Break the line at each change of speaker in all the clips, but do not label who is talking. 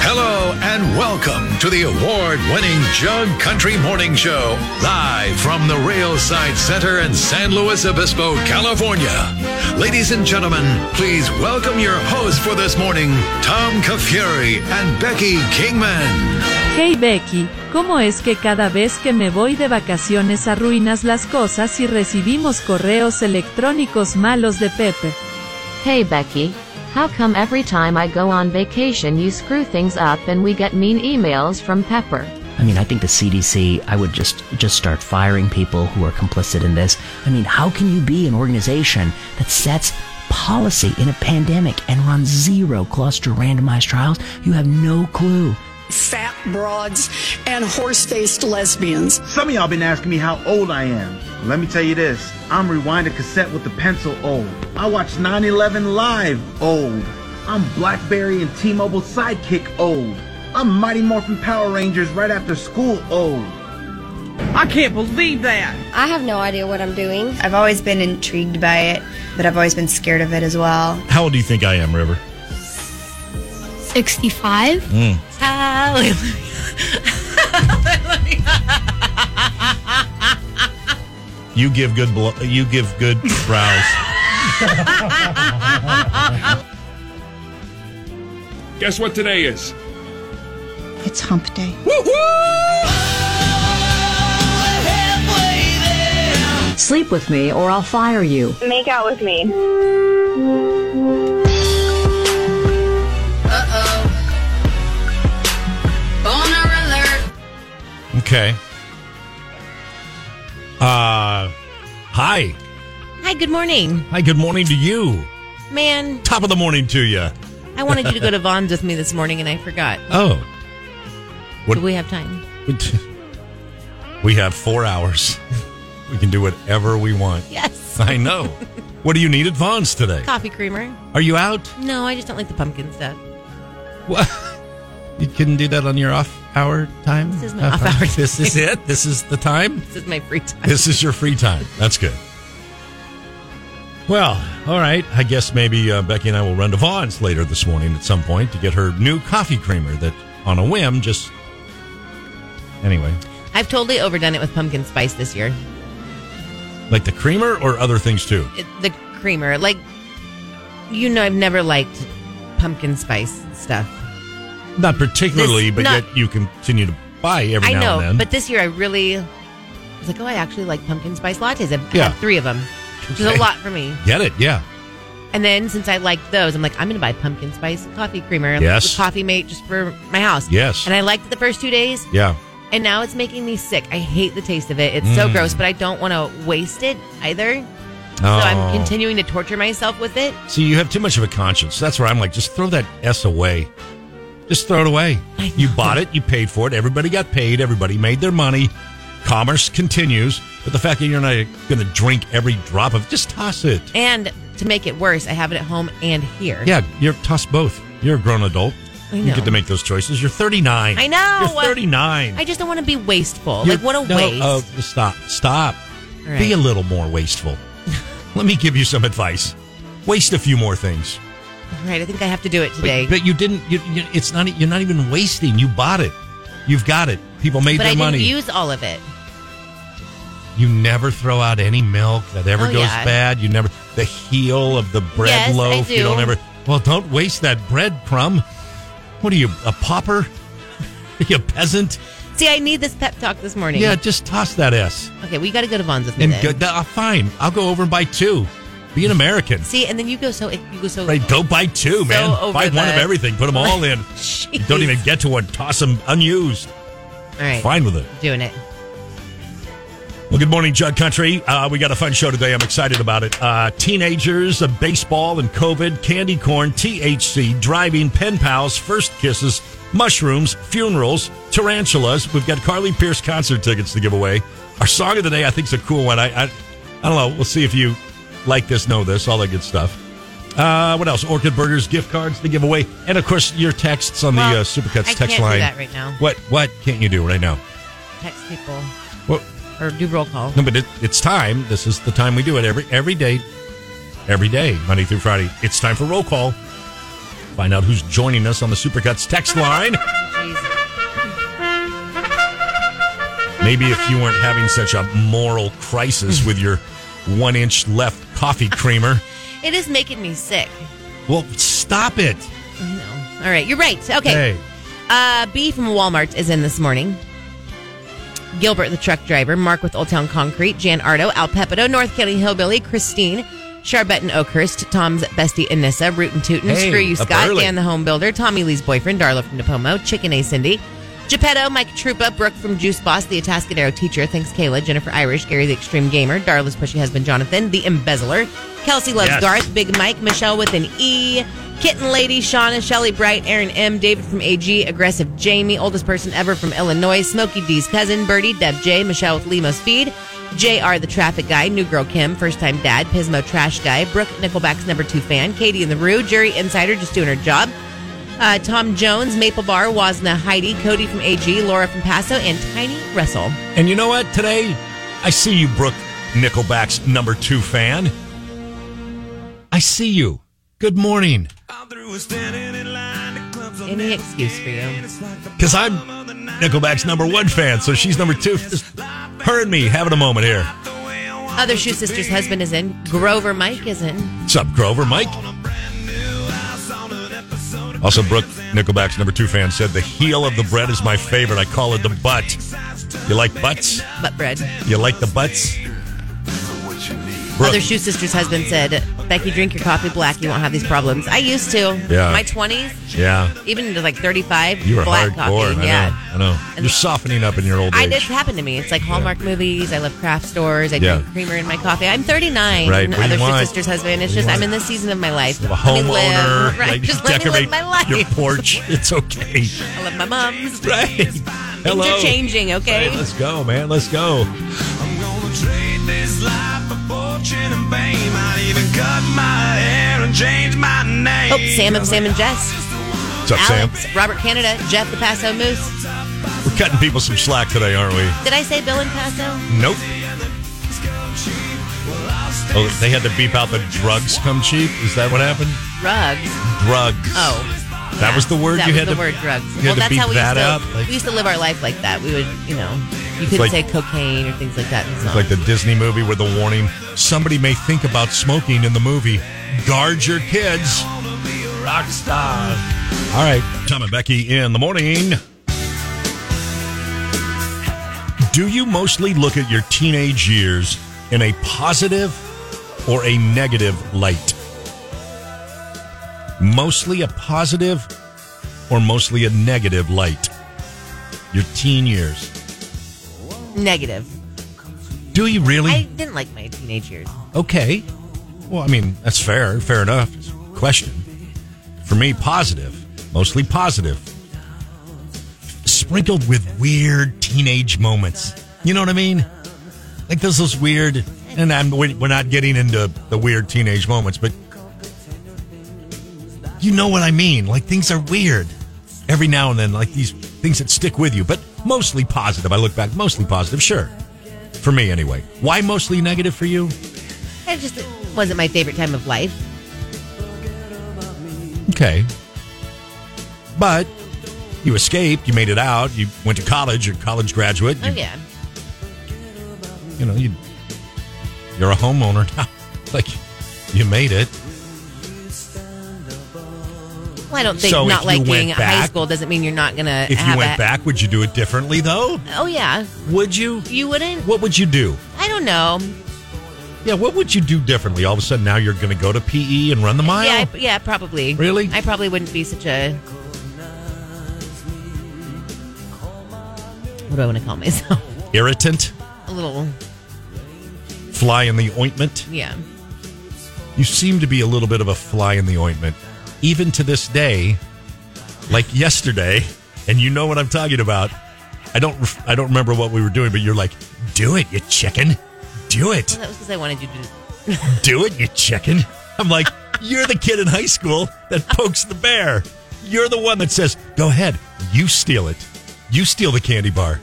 Hello and welcome to the award winning Jug Country Morning Show, live from the Railside Center in San Luis Obispo, California. Ladies and gentlemen, please welcome your hosts for this morning, Tom Kafuri and Becky Kingman.
Hey Becky, ¿cómo es que cada vez que me voy de vacaciones arruinas las cosas y recibimos correos electrónicos malos de Pepe?
Hey Becky, how come every time I go on vacation you screw things up and we get mean emails from Pepper?
I mean, I think the CDC, I would just just start firing people who are complicit in this. I mean, how can you be an organization that sets policy in a pandemic and runs zero cluster randomized trials? You have no clue.
fat broads and horse faced lesbians.
Some of y'all been asking me how old I am. Let me tell you this I'm rewinding cassette with a pencil old. I watched 9 11 live old. I'm Blackberry and T Mobile Sidekick old. I'm Mighty Morphin Power Rangers right after school old.
I can't believe that.
I have no idea what I'm doing.
I've always been intrigued by it, but I've always been scared of it as well.
How old do you think I am, River? Hmm.
65.
You give good blo- you give good brows.
Guess what today is?
It's hump day.
Sleep with me or I'll fire you.
Make out with me.
Okay. Uh hi.
Hi, good morning.
Hi, good morning to you.
Man,
Top of the morning to you.
I wanted you to go to Vaughn's with me this morning and I forgot.
Oh. What
Do we have time?
We have 4 hours. We can do whatever we want.
Yes.
I know. what do you need at Vaughn's today?
Coffee creamer.
Are you out?
No, I just don't like the pumpkin stuff.
What? You couldn't do that on your off hour time?
This is my off hour
This is it? This is the time?
This is my free time.
This is your free time. That's good. Well, all right. I guess maybe uh, Becky and I will run to Vaughn's later this morning at some point to get her new coffee creamer that, on a whim, just. Anyway,
I've totally overdone it with pumpkin spice this year.
like the creamer or other things too?
It, the creamer, like, you know, I've never liked pumpkin spice stuff.
Not particularly,
This-
but
not-
yet you continue to buy every
I
now
know,
and then.
but this year I really was like, oh, I actually like pumpkin spice lattes. I've
Yeah.
had three of them, which is
Okay.
a lot for me.
Get it? Yeah.
And then since I liked those, I'm like, I'm going to buy pumpkin spice coffee creamer. and
Yes.
the Coffee mate just for my house.
Yes.
And I liked it the first two days.
Yeah.
And now it's making me sick. I hate the taste of it. It's
Mm.
so gross, but I don't want to waste it either. So I'm
Oh.
continuing to torture myself with it.
See, you have too much of a conscience. That's where I'm like, just throw that S away. Just throw it away.
I
You
know.
bought it, you paid for it, everybody got paid, everybody made their money. Commerce continues. But the fact that you're not going to drink every drop of just toss it.
And to make it worse, I have it at home and here.
Yeah, you're toss both. You're a grown adult.
I
You
know.
get to make those choices. You're 39.
I know.
You're 39.
I just don't want to be wasteful.
You're-
like, what a
no,
waste.
Oh, stop. Stop.
All right.
Be a little more wasteful. Let me give you some advice. Waste a few more things.
All right, I think I have to do it
But-
today.
But, you didn't. You, you, it's not. You're not even wasting. You bought it. You've got it. People made
But
their
I
money.
didn't use all of it.
you never throw out any milk that ever
Oh,
goes
yeah.
bad. You never the heel of the bread
Yes, I
loaf. You
do.
don't ever. Well, don't waste that bread crumb. What are you, a pauper? Are you a peasant?
See, I need this pep talk this morning.
Yeah, just toss that s.
Okay, we got to go to Vaughn's with me.
And
then.
go, uh, fine, I'll go over and buy two. Be an American.
See, and then you go so you go so
Right, go buy two,
So
man.
over
Buy one
the-
of everything. Put them all in. You don't even get to one. Toss them unused.
All right,
Fine with it.
doing it.
Well, good morning, Jug Country. Uh, we got a fun show today. I'm excited about it. Uh, teenagers, uh, baseball and COVID, candy corn, THC, driving, pen pals, first kisses, mushrooms, funerals, tarantulas. We've got Carly Pierce concert tickets to give away. Our song of the day, I think, is a cool one. I, I, I don't know. We'll see if you like this, know this, all that good stuff. Uh, what else? Orchid Burgers gift cards to give away, and of course your texts on
Well,
the uh, Supercuts
I
text
can't do
line.
that right now.
What what can't you do right now?
Text people
Well,
or do roll call.
no, but it, it's time. This is the time we do it every every day, every day, Monday through Friday. It's time for roll call. Find out who's joining us on the Supercuts text line. Maybe if you weren't having such a moral crisis with your one inch left coffee creamer.
It is making me sick.
Well, stop it.
I know. All right, you're right. Okay.
Hey.
Uh, B from Walmart is in this morning. Gilbert, the truck driver. Mark with Old Town Concrete. Jan Ardo, Al Pepito, North County Hillbilly. Christine, Charbette and Oakhurst. Tom's bestie and Nissa. Root and Tootin.
Hey,
Screw you,
up
Scott.
early.
Dan, the home builder. Tommy Lee's boyfriend. Darla from Napomo. Chicken A. Cindy. Geppetto, Mike Trupa, Brooke from Juice Boss, the Atascadero teacher. Thanks, Kayla, Jennifer Irish, Gary the Extreme Gamer, Darla's pushy husband, Jonathan, the embezzler, Kelsey loves
Yes.
Garth, Big Mike, Michelle with an E, Kitten Lady, Shauna, Shelly Bright, Aaron M, David from AG, Aggressive Jamie, oldest person ever from Illinois, Smokey D's cousin, Birdie, Deb J, Michelle with Lemos Feed, JR the Traffic Guy, New Girl Kim, First Time Dad, Pismo Trash Guy, Brooke Nickelback's number two fan, Katie in the Rue, Jury Insider just doing her job, uh, Tom Jones, Maple Bar, Wazna Heidi, Cody from AG, Laura from Paso, and Tiny Russell.
And you know what? Today, I see you, Brooke Nickelback's number two fan. I see you. Good morning.
Any excuse for you.
Because I'm Nickelback's number one fan, so she's number two. Just her and me having a moment here.
Other Shoe Sisters' husband is in. Grover Mike is in.
What's up, Grover? Mike? Also, Brooke Nickelback's number two fan said, The heel of the bread is my favorite. I call it the butt. You like butts?
Butt bread.
You like the butts? Brooke.
Other Shoe Sisters' husband said, Becky, drink your coffee black. You won't have these problems. I used to.
Yeah.
My 20s,
Yeah.
even into like 35,
You are
black
hardcore.
coffee.
I
yeah.
know. I know. You're softening up in your old age.
I this happened to me. It's like Hallmark movies. I love craft stores. I
Yeah.
drink creamer in my coffee. I'm 39.
Right. What do you
Other Shoe
want?
Sisters' husband. It's
What do you
just
want?
I'm in this season of my life.
a
Let me live.
homeowner,
Right.
like,
just let me
decorate
live my life.
your porch. It's okay.
I love my mom's.
Right. Hello.
Things are changing. Okay.
Hey, let's go, man. Let's go.
Oh, Sam of Sam and Jess.
What's up,
Alex,
Sam?
Robert Canada, Jeff the Paso Moose.
We're cutting people some slack today, aren't we?
Did I say Bill and Paso?
Nope. Oh, they had to beep out the drugs come cheap. Is that what happened?
Drugs.
Drugs.
Oh.
That was the word
that
you
was
had
the
to.
word drugs.
you had
Well,
to
that's
beep
how we
that
used to.
up, like-
we used to live our life like that. We would, you know, you couldn't
like-
say cocaine or things like that. in
It's
songs.
like the Disney movie with the warning somebody may think about smoking in the movie. Guard your kids. Rock star. All right. Tom and Becky in the morning. Do you mostly look at your teenage years in a positive or a negative light? Mostly a positive or mostly a negative light? Your teen years.
negative.
Do you really?
I didn't like my teenage years.
Okay. Well, I mean, that's fair. Fair enough. It's a Question. For me, positive. Mostly positive. Sprinkled with weird teenage moments. You know what I mean? Like those those weird. And I'm we- we're not getting into the weird teenage moments, but you know what I mean. Like things are weird every now and then. Like these things that stick with you, but mostly positive. I look back, mostly positive. Sure, for me anyway. Why mostly negative for you?
It just wasn't my favorite time of life.
Okay. But you escaped, you made it out, you went to college, you're a college graduate,
Oh
you,
yeah.
you know, you you're a homeowner now. like you made it.
Well, I don't think
So if
not
you
liking
went
high
back-
school doesn't mean you're not gonna
If
have
you went
a-
back, would you do it differently though?
Oh yeah.
Would you?
You wouldn't.
What would you do?
I don't know.
Yeah, what would you do differently? All of a sudden now you're going to go to PE and run the mile?
Yeah, I, yeah, probably.
Really?
I probably wouldn't be such a. What do I want to call myself?
Irritant?
A little,
Fly in the ointment?
yeah.
You seem to be a little bit of a fly in the ointment, even to this day. Like yesterday, and you know what I'm talking about. I don't. I don't remember what we were doing, but you're like, "Do it, you chicken! Do
Well,
it!
that was because I wanted you to.
Do it, you chicken!" I'm like, You're the kid in high school that pokes the bear. You're the one that says, go ahead, you steal it. You steal the candy bar.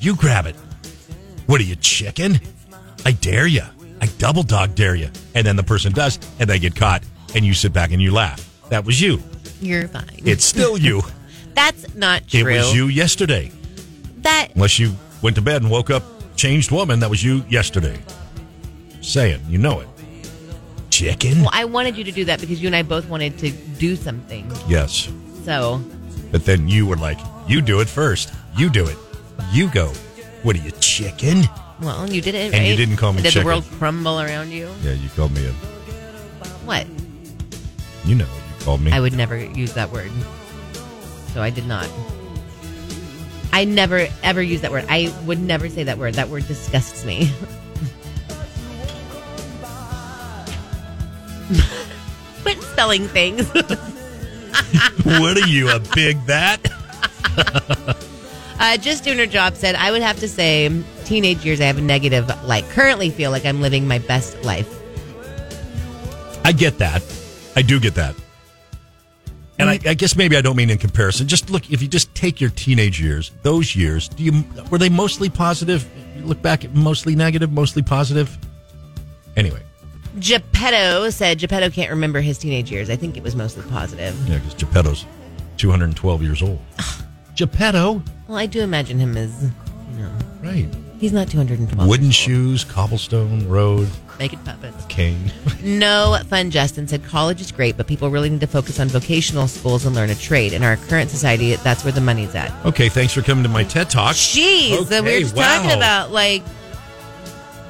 You grab it. What are you, chicken? I dare you. I double dog dare you. And then the person does, and they get caught, and you sit back and you laugh. That was you.
You're fine.
It's still you.
That's not true.
It was you yesterday.
That
Unless you went to bed and woke up changed woman, that was you yesterday. Say it. You know it. Chicken?
well, I wanted you to do that because you and I both wanted to do something.
Yes.
So
But then you were like, you do it first. You do it. You go. What are you, chicken?
well, you did it.
And you
right?
didn't call me
Did
chicken.
the world crumble around you?
Yeah, you called me a.
What?
You know what you called me.
I would never use that word. So I did not. I never ever use that word. I would never say that word. That word disgusts me. Quit spelling things.
what are you, a big that?
Uh, just doing her job said, I would have to say, teenage years, I have a negative, like, currently feel like I'm living my best life.
I get that. I do get that. And I, I guess maybe I don't mean in comparison. Just look, if you just take your teenage years, those years, do you were they mostly positive? You look back at mostly negative, mostly positive. Anyway,
Geppetto said, Geppetto can't remember his teenage years. I think it was mostly positive.
yeah, because Geppetto's 212 years old. Geppetto?
Well, I do imagine him as, you know.
Right.
He's not 212.
Wooden shoes, cobblestone road,
Naked puppets.
cane.
No fun, Justin said. College is great, but people really need to focus on vocational schools and learn a trade. In our current society, that's where the money's at.
Okay, thanks for coming to my TED Talk.
Jeez,
Okay,
that we were just
wow.
talking about, like,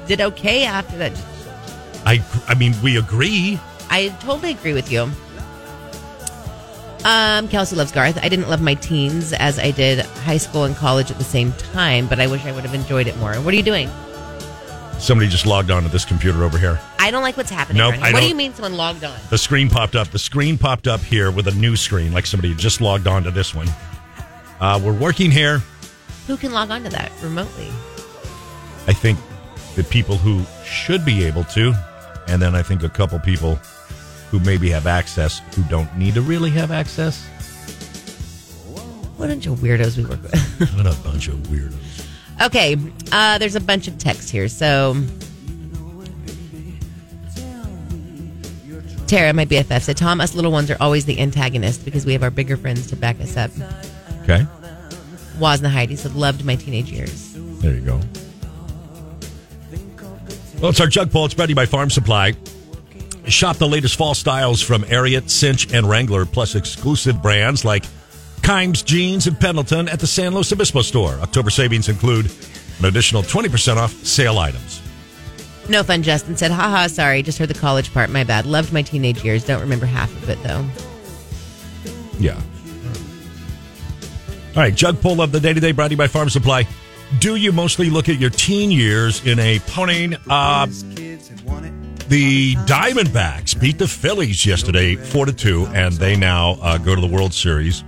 did okay after that.
I, I mean, we agree.
I totally agree with you. Um, Kelsey loves Garth. I didn't love my teens as I did high school and college at the same time, but I wish I would have enjoyed it more. What are you doing?
Somebody just logged onto this computer over here.
I don't like what's happening.
Nope,
right now.
I
what do
don't-
you mean someone logged on?
The screen popped up. The screen popped up here with a new screen, like somebody had just logged on to this one. Uh, we're working here.
Who can log on to that remotely?
I think the people who should be able to, and then I think a couple people who maybe have access who don't need to really have access.
What a bunch of weirdos we work with.
what a bunch of weirdos.
Okay, uh, there's a bunch of texts here. So, Tara, my BFF, said, Tom, us little ones are always the antagonist because we have our bigger friends to back us up.
Okay,
Waz and Heidi said, loved my teenage years.
there you go. Well, it's our jug poll. It's brought to you by Farm Supply. Shop the latest fall styles from Ariat, Cinch, and Wrangler, plus exclusive brands like Kimes Jeans and Pendleton at the San Luis Obispo store. October savings include an additional 20% off sale items.
No fun, Justin said, haha, sorry, just heard the college part, my bad. Loved my teenage years, don't remember half of it though.
Yeah. All right, jug poll of the day today brought to you by Farm Supply. Do you mostly look at your teen years in a punning? Uh, the Diamondbacks beat the Phillies yesterday, four to two, and they now uh, go to the World Series.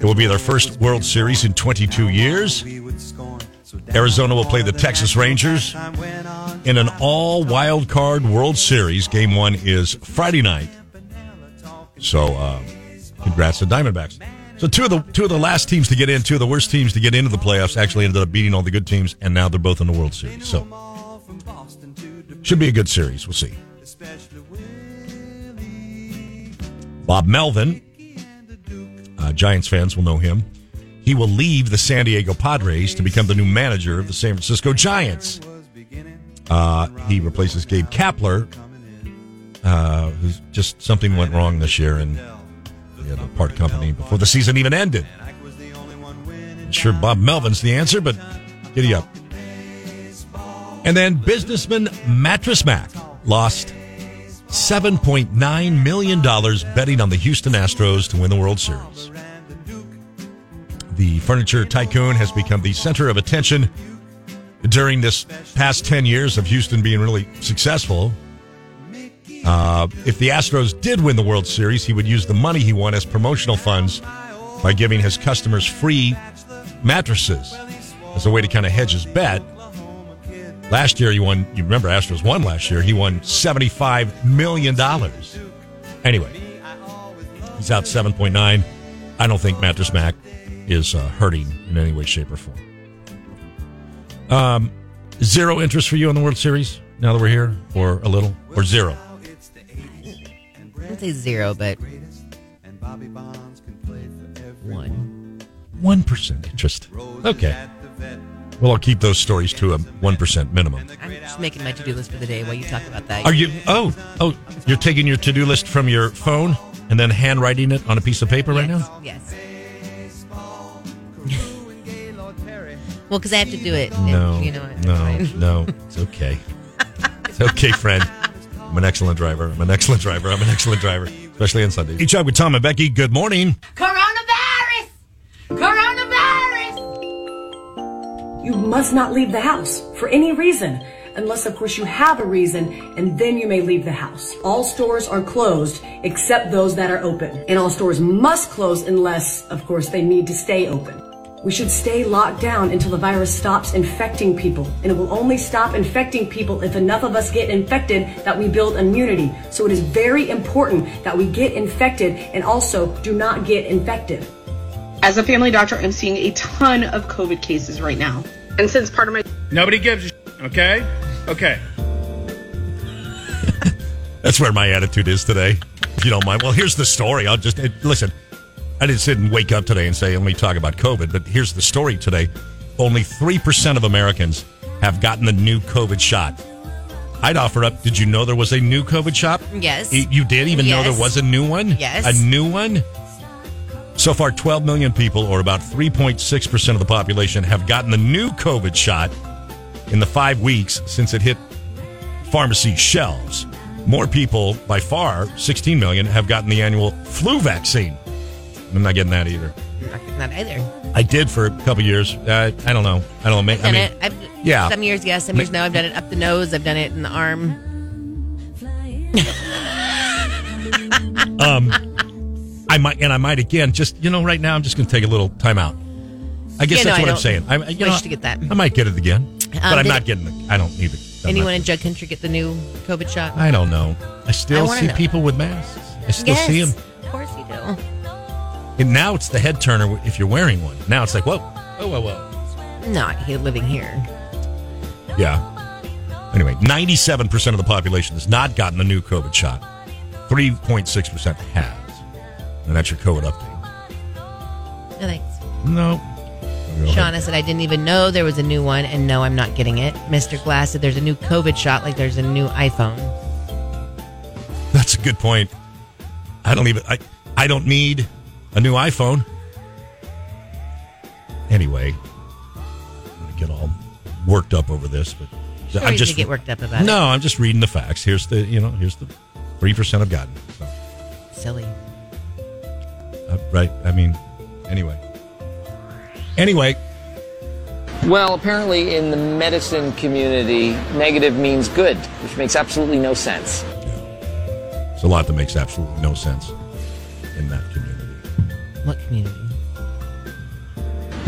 It will be their first World Series in 22 years. Arizona will play the Texas Rangers in an all wild card World Series. Game one is Friday night. So, uh, congrats to Diamondbacks. So two of the two of the last teams to get in, two of the worst teams to get into the playoffs, actually ended up beating all the good teams, and now they're both in the World Series. So should be a good series. We'll see. Bob Melvin, uh, Giants fans will know him. He will leave the San Diego Padres to become the new manager of the San Francisco Giants. Uh, he replaces Gabe Kapler, uh, who's just something went wrong this year, and he had to part company before the season even ended. Not Sure, Bob Melvin's the answer, but giddy up. And then businessman Mattress Mac lost $7.9 million betting on the Houston Astros to win the World Series. The furniture tycoon has become the center of attention during this past 10 years of Houston being really successful. Uh, if the Astros did win the World Series, he would use the money he won as promotional funds by giving his customers free mattresses as a way to kind of hedge his bet. Last year, he won. You remember, Astros won last year. He won seventy-five million dollars. Anyway, he's out seven point nine. I don't think Mattress Mac is uh, hurting in any way, shape, or form. Um, zero interest for you in the World Series now that we're here, or a little, or zero.
I would say zero, but one.
One percent interest. Okay. Well, I'll keep those stories to a one percent minimum.
I'm just making my to-do list for the day while you talk about that.
Are you? Oh, oh, you're taking your to-do list from your phone and then handwriting it on a piece of paper right now.
Yes. well, because I have to do it. and
No,
you know what?
no, no. It's okay. It's okay, friend. I'm an excellent driver. I'm an excellent driver. I'm an excellent driver, especially on Sundays. Each up with Tom and Becky. Good morning.
Coronavirus! Coronavirus! You must not leave the house for any reason, unless, of course, you have a reason, and then you may leave the house. All stores are closed except those that are open, and all stores must close unless, of course, they need to stay open. We should stay locked down until the virus stops infecting people, and it will only stop infecting people if enough of us get infected that we build immunity. So it is very important that we get infected and also do not get infected.
As a family doctor, I'm seeing a ton of COVID cases right now. And since part of my
Nobody gives a sh- okay? Okay.
That's where my attitude is today. If you don't mind. Well, here's the story. I'll just eh, listen. I didn't sit and wake up today and say, let me talk about COVID, but here's the story today. Only 3% of Americans have gotten the new COVID shot. I'd offer up, did you know there was a new COVID shot?
Yes.
Y- You did, even though
Yes.
there was a new one?
Yes.
A new one? So far, 12 million people, or about 3.6% of the population, have gotten the new COVID shot in the five weeks since it hit pharmacy shelves. More people, by far, 16 million, have gotten the annual flu vaccine. I'm not getting that either.
Not either.
I did for a couple years. Uh, I don't know. I don't know.
I've
I
done
mean,
it. I've,
yeah.
Some years yes, some
Ma-
years no. I've done it up the nose. I've done it in the arm.
um, I might, and I might again. Just you know, right now, I'm just going to take a little time out. I guess
Yeah, no,
that's
I
what I'm
don't
saying. I you
wish
know,
to get that. Um,
I might get it again, but I'm
did-
not getting. The, I don't need it. I'm not-
Anyone in Jug Country get the new COVID shot?
I don't know. I
I
still
wanna
see
know.
people with masks. I still
yes,
see them.
Of course you do.
And now it's the head turner if you're wearing one. Now it's like, whoa, whoa, whoa, whoa.
Not here living here.
Yeah. Anyway, 97% of the population has not gotten the new COVID shot. 3.6% has. And that's your COVID update.
No thanks.
No.
Shauna said I didn't even know there was a new one, and no, I'm not getting it. Mr. Glass said there's a new COVID shot, like there's a new iPhone.
That's a good point. I don't even, I, I don't need a new iPhone. Anyway, I'm going to get all worked up over this, but
Sure,
I'm
you
just
should get worked up about it.
No, I'm just reading the facts. Here's the, you know, here's the 3% I've gotten. So.
Silly.
Uh, right. I mean, anyway. Anyway,
Well, apparently in the medicine community, negative means good, which makes absolutely no sense.
it's a lot that makes absolutely no sense in that community.
What community?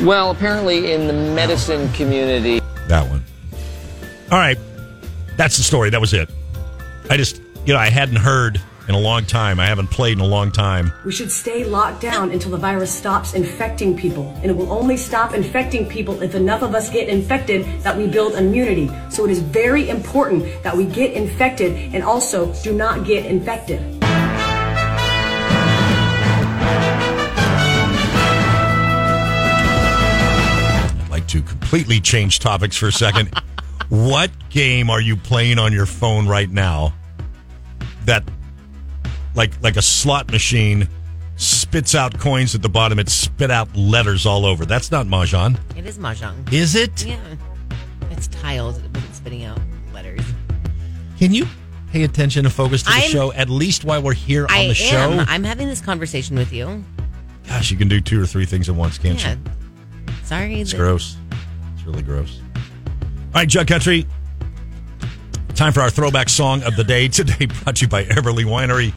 Well, apparently in the medicine community,
That one. All right. That's the story. That was it. I just, you know, I hadn't heard in a long time. I haven't played in a long time.
We should stay locked down until the virus stops infecting people, and it will only stop infecting people if enough of us get infected that we build immunity. So it is very important that we get infected and also do not get infected.
I'd like to completely change topics for a second. what game are you playing on your phone right now that, like, like a slot machine spits out coins at the bottom? It spit out letters all over. That's not Mahjong.
It is mahjong.
Is it?
Yeah. It's tiles. It wasn't spitting out letters.
Can you pay attention and focus to the
I'm-
show at least while we're here on
I
the show?
am. I'm having this conversation with you.
Gosh, you can do two or three things at once, can't
Yeah.
you?
Sorry.
It's
that-
gross. It's really gross. All right, Jug Country. Time for our throwback song of the day. Today brought to you by Everly Winery.